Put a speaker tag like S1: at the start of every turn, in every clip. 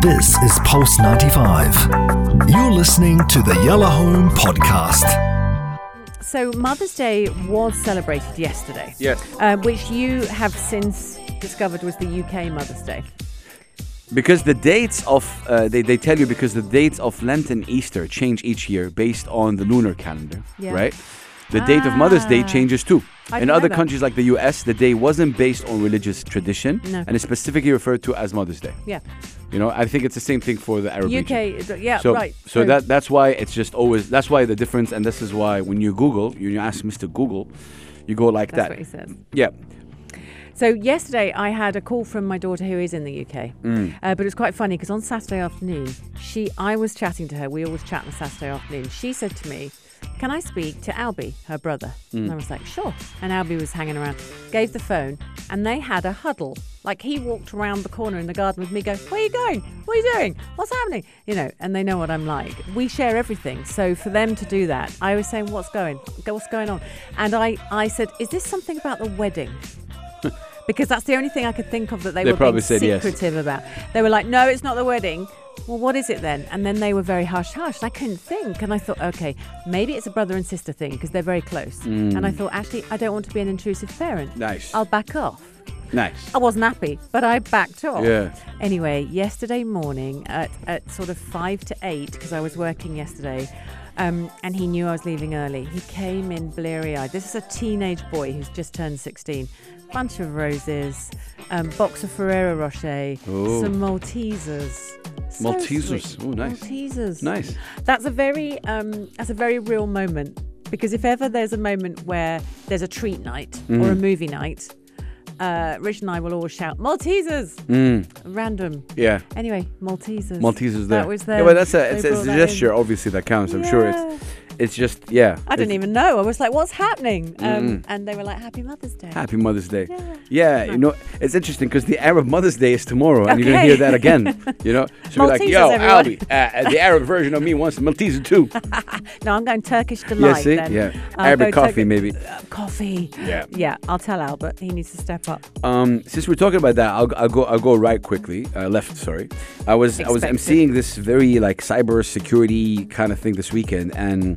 S1: This is Pulse 95. You're listening to the Yellow Home Podcast.
S2: So Mother's Day was celebrated yesterday.
S3: Yes.
S2: Uh, which you have since discovered was the UK Mother's Day.
S3: Because the dates of, uh, they, they tell you because the dates of Lent and Easter change each year based on the lunar calendar,
S2: Yeah.
S3: right? The date of Mother's Day
S2: Ah.
S3: changes too.
S2: I
S3: In
S2: didn't
S3: other
S2: know that.
S3: countries like the US, the day wasn't based on religious tradition
S2: No.
S3: and is specifically referred to as Mother's Day.
S2: Yeah.
S3: You know, I think it's the same thing for the Arab
S2: UK.
S3: region.
S2: is- Yeah.
S3: So,
S2: right.
S3: so
S2: true.
S3: that that's why it's just always that's why the difference, and this is why when you Google, you, you ask Mr. Google, you go like
S2: That's
S3: that.
S2: what he says.
S3: Yeah,
S2: So yesterday I had a call from my daughter who is in the UK, uh, but it was quite funny because on Saturday afternoon she I was chatting to her. We always chat on Saturday afternoon. She said to me, "Can I speak to Albie, her brother?" And I was like, "Sure." And Albie was hanging around, gave the phone, and they had a huddle. Like he walked around the corner in the garden with me, going, "Where are you going? What are you doing? What's happening?" You know, and they know what I'm like. We share everything, so for them to do that, I was saying, "What's going? What's going on?" And I I said, "Is this something about the wedding?" because that's the only thing I could think of that they,
S3: They
S2: were
S3: probably
S2: being
S3: said yes.
S2: secretive about. They were like, "No, it's not the wedding." Well, what is it then? And then they were very hush hush. and I couldn't think, and I thought, okay, maybe it's a brother and sister thing because they're very close.
S3: Hmm.
S2: And I thought, actually, I don't want to be an intrusive parent.
S3: Nice.
S2: I'll back off.
S3: nice.
S2: I wasn't happy, but I backed off.
S3: Yeah.
S2: Anyway, yesterday morning at, at sort of five to eight, because I was working yesterday, um, and he knew I was leaving early. He came in bleary eyed. This is a teenage boy who's just turned 16. Bunch of roses, um, box of Ferrero Rocher,
S3: Oh.
S2: some Maltesers. So
S3: Maltesers.
S2: sweet.
S3: Oh, nice.
S2: Maltesers.
S3: Nice.
S2: That's a very um, that's a very real moment because if ever there's a moment where there's a treat night or a
S3: Mm.
S2: movie night, uh, Rich and I will always shout Maltesers, random.
S3: Yeah.
S2: Anyway, Maltesers.
S3: Mm. Maltesers there.
S2: That was there.
S3: Yeah, but that's a, it's, it's a gesture, obviously, that counts. I'm sure
S2: Yeah.
S3: it's it's just, yeah.
S2: I didn't
S3: it's- Mm-hmm.
S2: even know. I was like, "What's happening?" Um, and they were like, "Happy Mother's Day."
S3: Happy Mother's Day.
S2: Yeah.
S3: Yeah, you know, it's interesting because the Arab Mother's Day is tomorrow, and you're going
S2: Okay.
S3: to hear that again. You know? So we're like,
S2: Maltesers,
S3: yo,
S2: everyone."
S3: Albie, uh, uh, the Arab version of me wants Malteser too.
S2: No, I'm going Turkish
S3: yeah,
S2: delight.
S3: see?
S2: Then.
S3: Yeah.
S2: I'll
S3: Arabic
S2: go
S3: coffee,
S2: Turkish-
S3: maybe.
S2: Uh, coffee.
S3: Yeah.
S2: Yeah. I'll tell Albert. He needs to step up.
S3: Um, since we're talking about that, I'll, I'll go. I'll go right quickly. Uh, left, sorry. I was. I was. I'm
S2: Expected.
S3: seeing this very like cyber security kind of thing this weekend, and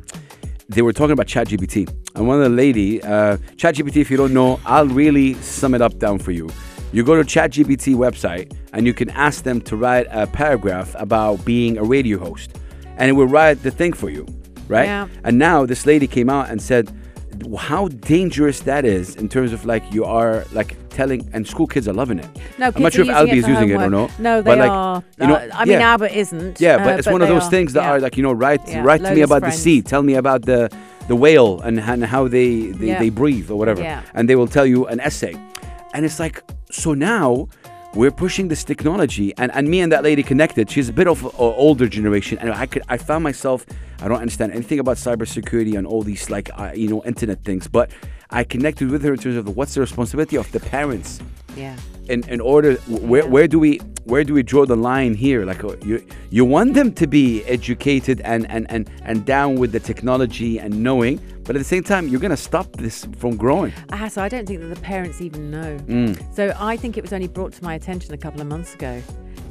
S3: they were talking about ChatGPT. And one of the lady, uh, ChatGPT. If you don't know, I'll really sum it up down for you. You go to ChatGPT website and you can ask them to write a paragraph about being a radio host, and it will write the thing for you, right?
S2: Yeah.
S3: And now this lady came out and said how dangerous that is in terms of like you are like telling and school kids are loving it.
S2: No,
S3: I'm not
S2: kids
S3: sure
S2: are
S3: if Albie is
S2: for
S3: using it or
S2: homework.
S3: not.
S2: No, they
S3: but like,
S2: are.
S3: You know,
S2: Uh, I mean,
S3: yeah.
S2: Albert isn't.
S3: Yeah,
S2: uh,
S3: but it's one of
S2: they
S3: those
S2: are.
S3: things that
S2: Yeah.
S3: are like you know, write
S2: Yeah,
S3: write to me
S2: Lola's
S3: about the
S2: friends.
S3: sea. Tell me about the the whale and, and how they they,
S2: Yeah.
S3: they breathe or whatever.
S2: Yeah.
S3: And they will tell you an essay, and it's like so now. We're pushing this technology, and, and me and that lady connected. She's a bit of an older generation, and I could I found myself I don't understand anything about cybersecurity and all these like uh, you know internet things, but I connected with her in terms of what's the responsibility of the parents
S2: Yeah.
S3: in, in order wh- where, where do we where do we draw the line here like uh, you you want them to be educated and and and, and down with the technology and knowing but at the same time you're gonna stop this from growing
S2: Ah, so I don't think that the parents even know.
S3: Mm.
S2: So I think it was only brought to my attention a couple of months ago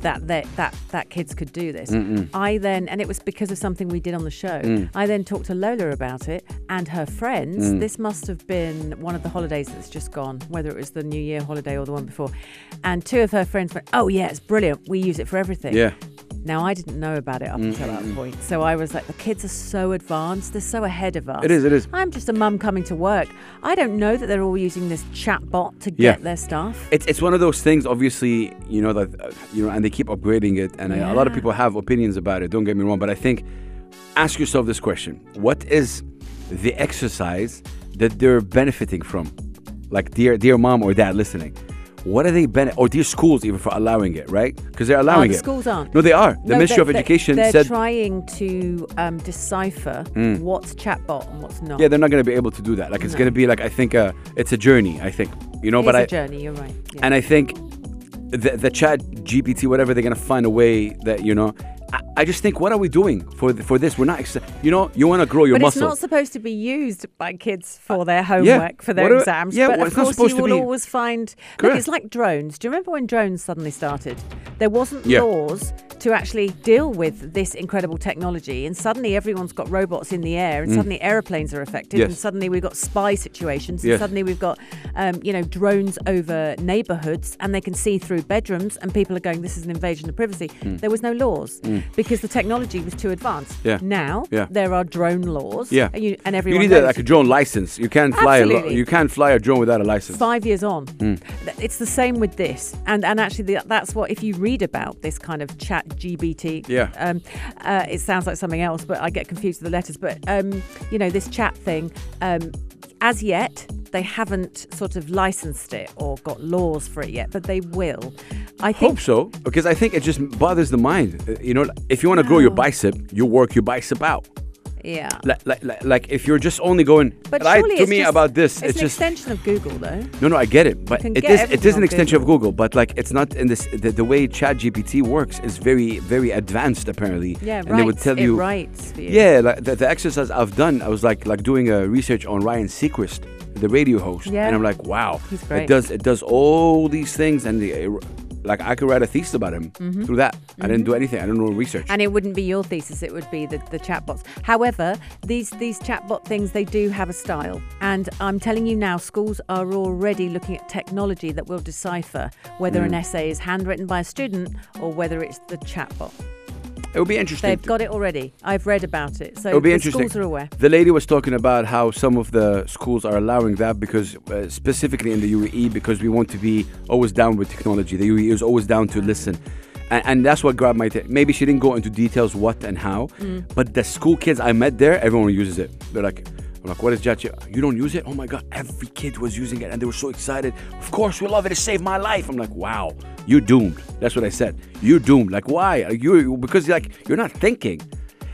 S2: that that that, that kids could do this. I then, and it was because of something we did on the show.
S3: Mm.
S2: I then talked to Lola about it and her friends. This must have been one of the holidays that's just gone, whether it was the New Year holiday or the one before. And two of her friends went, "Oh yeah, it's brilliant. We use it for everything." Now I didn't know about it up until
S3: Mm-hmm.
S2: that point, so I was like, the kids are so advanced, they're so ahead of us.
S3: It is, it is.
S2: I'm just a mum coming to work. I don't know that they're all using this chat bot to
S3: Yeah.
S2: get their stuff.
S3: It's, it's one of those things, obviously, you know, that, uh, you know, and they keep upgrading it. And uh, a- a lot of
S2: Yeah.
S3: people have opinions about it, don't get me wrong. But I think ask yourself this question What is the exercise that they're benefiting from? Like, dear, dear mom or dad listening, what are they benefit, or dear schools even for allowing it, right? Because they're allowing
S2: Oh, the
S3: it.
S2: schools aren't.
S3: No, they are. The
S2: No,
S3: Ministry
S2: they-
S3: of
S2: they-
S3: Education
S2: they're
S3: said, Mm.
S2: trying to um, decipher what's chat bot and what's not.
S3: yeah, they're not going to be able to do that. Like, it's
S2: No.
S3: going to be like, I think, uh, it's a journey, I think, you know,
S2: It
S3: but
S2: is
S3: I.
S2: a journey. You're right. Yeah.
S3: And I think the, the chat GPT, whatever, they're going to find a way that, you know, I, I just think, what are we doing for th- for this? We're not, ex- you know, you want to grow your
S2: but
S3: muscle.
S2: it's not supposed to be used by kids for their homework,
S3: yeah.
S2: for their
S3: What are-
S2: exams.
S3: yeah,
S2: but
S3: well,
S2: of
S3: it's not
S2: course,
S3: supposed
S2: you
S3: to
S2: will
S3: be.
S2: always find. Look,
S3: Correct.
S2: it's like drones. Do you remember when drones suddenly started? There wasn't
S3: Yeah.
S2: laws to actually deal with this incredible technology. And suddenly everyone's got robots in the air, and suddenly aeroplanes are affected,
S3: Mm. Yes.
S2: and suddenly we've got spy situations, and
S3: Yes.
S2: suddenly we've got um, you know drones over neighbourhoods, and they can see through bedrooms, and people are going, "This is an invasion of privacy." There was no laws because the technology was too advanced.
S3: Mm. Yeah.
S2: Now
S3: Yeah.
S2: there are drone laws.
S3: Yeah.
S2: and, you, and
S3: You
S2: everyone
S3: need a,
S2: knows.
S3: like a drone license. You can't fly. A, lo-
S2: Absolutely.
S3: you can't fly a drone without a license.
S2: five years on.
S3: Hmm.
S2: Th- It's the same with this, and and actually the, that's what if you read about this kind of chat GBT,
S3: Yeah.
S2: um, uh, it sounds like something else, but I get confused with the letters. But um, you know this chat thing, um, as yet they haven't sort of licensed it or got laws for it yet, but they will. I think
S3: Hope so, because I think it just bothers the mind. Uh, You know, if you want to grow your bicep, you work your bicep out.
S2: yeah.
S3: Like, like, like, like if you're just only going
S2: But
S3: right
S2: surely
S3: to
S2: it's
S3: me
S2: just-
S3: about this,
S2: It's,
S3: it's
S2: an
S3: just
S2: extension of Google, though.
S3: no, no. I get it, but
S2: can
S3: it
S2: get
S3: is it
S2: everything
S3: is an
S2: on
S3: extension
S2: Google.
S3: of Google, but like it's not in this the, the way ChatGPT works is very very advanced apparently.
S2: Yeah,
S3: and
S2: right.
S3: they would tell
S2: it
S3: you
S2: writes for you.
S3: Yeah, like the, the exercise I've done, I was like like doing a research on Ryan Seacrest, the radio host,
S2: Yeah.
S3: and I'm like, wow,
S2: He's great.
S3: it does it does all these things, and the, like I could write a thesis about him
S2: Mm-hmm.
S3: through that. I didn't do anything. I didn't do research.
S2: And it wouldn't be your thesis; it would be the, the chatbots. However, these these chatbot things they do have a style, and I'm telling you now, schools are already looking at technology that will decipher whether
S3: Hmm.
S2: an essay is handwritten by a student or whether it's the chatbot.
S3: it would be interesting.
S2: They've
S3: to-
S2: got it already. I've read about it, so
S3: it would be
S2: the
S3: interesting.
S2: schools are aware.
S3: The lady was talking about how some of the schools are allowing that because, uh, specifically in the UAE, because we want to be always down with technology. The UAE is always down to listen. And, and that's what grabbed my attention. Maybe she didn't go into details what and how,
S2: Mm.
S3: but the school kids I met there, everyone uses it. They're like, I'm like, what is Jachi? You don't use it? Oh my God, every kid was using it and they were so excited. Of course, we love it. It saved my life. I'm like, wow, you're doomed. That's what I said. You're doomed. Like, why? You Because, like, you're not thinking.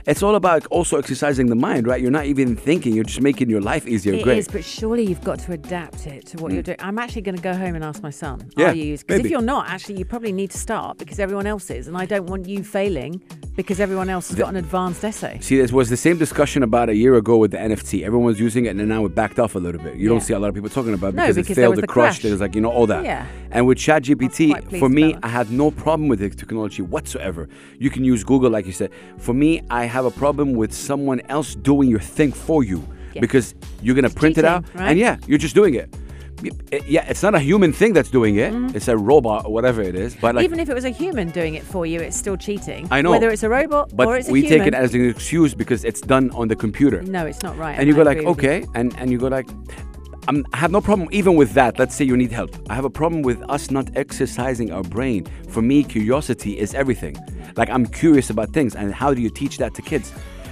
S3: It's all about also exercising the mind, right? You're not even thinking, you're just making your life easier.
S2: It is,
S3: Great. Hmm.
S2: but surely you've got to adapt it to what you're doing. I'm actually going to go home and ask my son.
S3: Yeah,
S2: are you used? Because if
S3: maybe.
S2: you're not, actually, you probably need to start because everyone else is, and I don't want you failing because everyone else has got an advanced essay.
S3: See, this was the same discussion about a year ago with the NFT. Everyone was using it, and now it backed off a little bit. You don't
S2: Yeah.
S3: see a lot of people talking about it
S2: No,
S3: because,
S2: because
S3: it
S2: there
S3: failed,
S2: was
S3: it
S2: the
S3: crushed,
S2: crash.
S3: it was like, you know, all that.
S2: Yeah.
S3: And with
S2: I was
S3: ChatGPT,
S2: quite
S3: for me,
S2: pleased about
S3: I had no problem with the technology whatsoever. You can use Google, like you said. For me, I have a problem with someone else doing your thing for you
S2: Yeah.
S3: because you're going to print it
S2: cheating,
S3: out,
S2: right?
S3: and yeah, you're just doing it. Y- Yeah, it's not a human thing that's doing it. It's a robot or whatever it is. But like,
S2: Mm-hmm. Even if it was a human doing it for you, it's still cheating.
S3: I know.
S2: Whether it's a robot
S3: but
S2: or it's a
S3: we
S2: human.
S3: take it as an excuse because it's done on the computer.
S2: no, it's not right.
S3: and you
S2: I
S3: go like,
S2: agree with you.
S3: okay, and and you go like, I'm, I have no problem even with that. Let's say you need help. I have a problem with us not exercising our brain. For me, curiosity is everything. Like I'm curious about things, and how do you teach that to kids?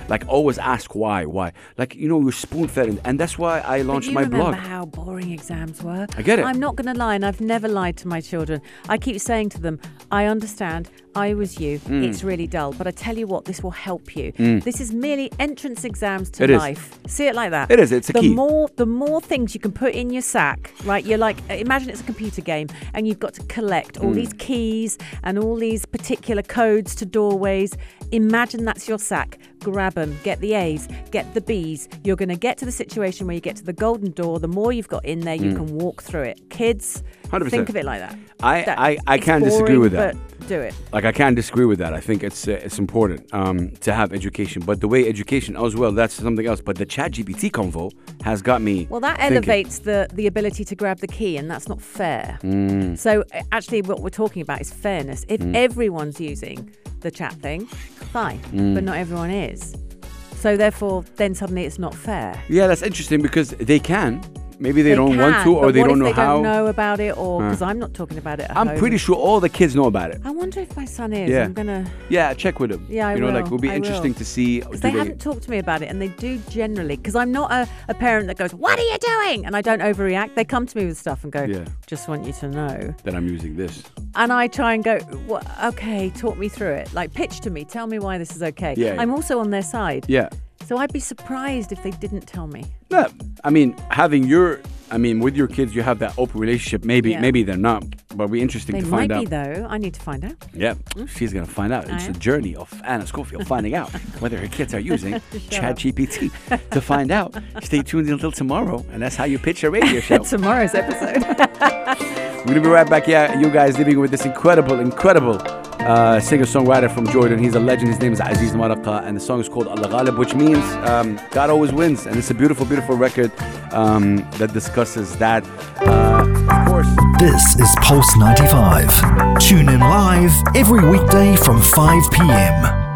S3: Like always ask why, why. Like you know, you're spoon fed, and, and that's why I
S2: But
S3: launched
S2: you
S3: my
S2: remember
S3: blog.
S2: how boring exams were.
S3: I get it.
S2: I'm not going to lie, and I've never lied to my children. I keep saying to them, I understand. I was you.
S3: Hmm.
S2: It's really dull, but I tell you what, this will help you. This is merely entrance exams to
S3: It is.
S2: life. See it like that.
S3: It is, it's a
S2: the
S3: key.
S2: more the more things you can put in your sack, right? You're like, uh, imagine it's a computer game, and you've got to collect
S3: Hmm.
S2: all these keys and all these particular codes to doorways. Imagine that's your sack. Grab them, get the A's, get the B's. You're going to get to the situation where you get to the golden door. The more you've got in there,
S3: Hmm.
S2: you can walk through it. Kids,
S3: 100%.
S2: think of it like that.
S3: I-
S2: That-
S3: I- I
S2: it's
S3: can't disagree
S2: boring,
S3: with that.
S2: But do it.
S3: like I can't disagree with that. I think it's uh, it's important um, to have education, but the way education as well, that's something else. But the chat GPT convo has got me.
S2: Well, that
S3: thinking.
S2: elevates the, the ability to grab the key, and that's not fair.
S3: Mm.
S2: So, uh, actually, what we're talking about is fairness. If everyone's using the chat thing, fine,
S3: Mm.
S2: but not everyone is. So, therefore, then suddenly it's not fair.
S3: Yeah, that's interesting because they can. Maybe they, don't want
S2: can,
S3: to, or
S2: but
S3: they
S2: what
S3: don't
S2: if
S3: know
S2: they
S3: how.
S2: don't know about it, or because I'm not talking about it. At
S3: I'm
S2: home.
S3: pretty sure all the kids know about it.
S2: I wonder if my son is.
S3: Yeah.
S2: I'm gonna.
S3: Yeah, check with them.
S2: Yeah, I
S3: you know, like
S2: will.
S3: it would be
S2: I
S3: interesting
S2: will.
S3: to see. do
S2: Because they haven't talked to me about it, and they do generally. Because I'm not a, a parent that goes, "What are you doing?" and I don't overreact. They come to me with stuff and go,
S3: Yeah.
S2: "Just want you to know."
S3: that I'm using this.
S2: and I try and go, "Wha- okay, talk me through it. Like, pitch to me, tell me why this is okay.
S3: Yeah, yeah.
S2: I'm also on their side.
S3: Yeah.
S2: So I'd be surprised if they didn't tell me.
S3: No, I mean having your. I mean, with your kids, you have that open relationship. Maybe,
S2: Yeah.
S3: maybe they're not, but it'd be interesting
S2: They
S3: to
S2: might
S3: find out.
S2: be, though. I need to find out.
S3: Yeah, she's gonna find out. It's
S2: I
S3: the
S2: am.
S3: journey of Anna Schofield finding out whether her kids are using ChatGPT. To find out, stay tuned until tomorrow, and that's how you pitch a radio show.
S2: Tomorrow's episode.
S3: We're gonna be right back. Yeah, you guys living with this incredible, incredible uh, singer songwriter from Jordan. He's a legend. His name is Aziz Maraqa, and the song is called Allah Ghalib, which means um, God always wins. And it's a beautiful, beautiful record um, that discusses that. Uh, of course.
S1: This is Pulse 95. Tune in live every weekday from 5 p.m.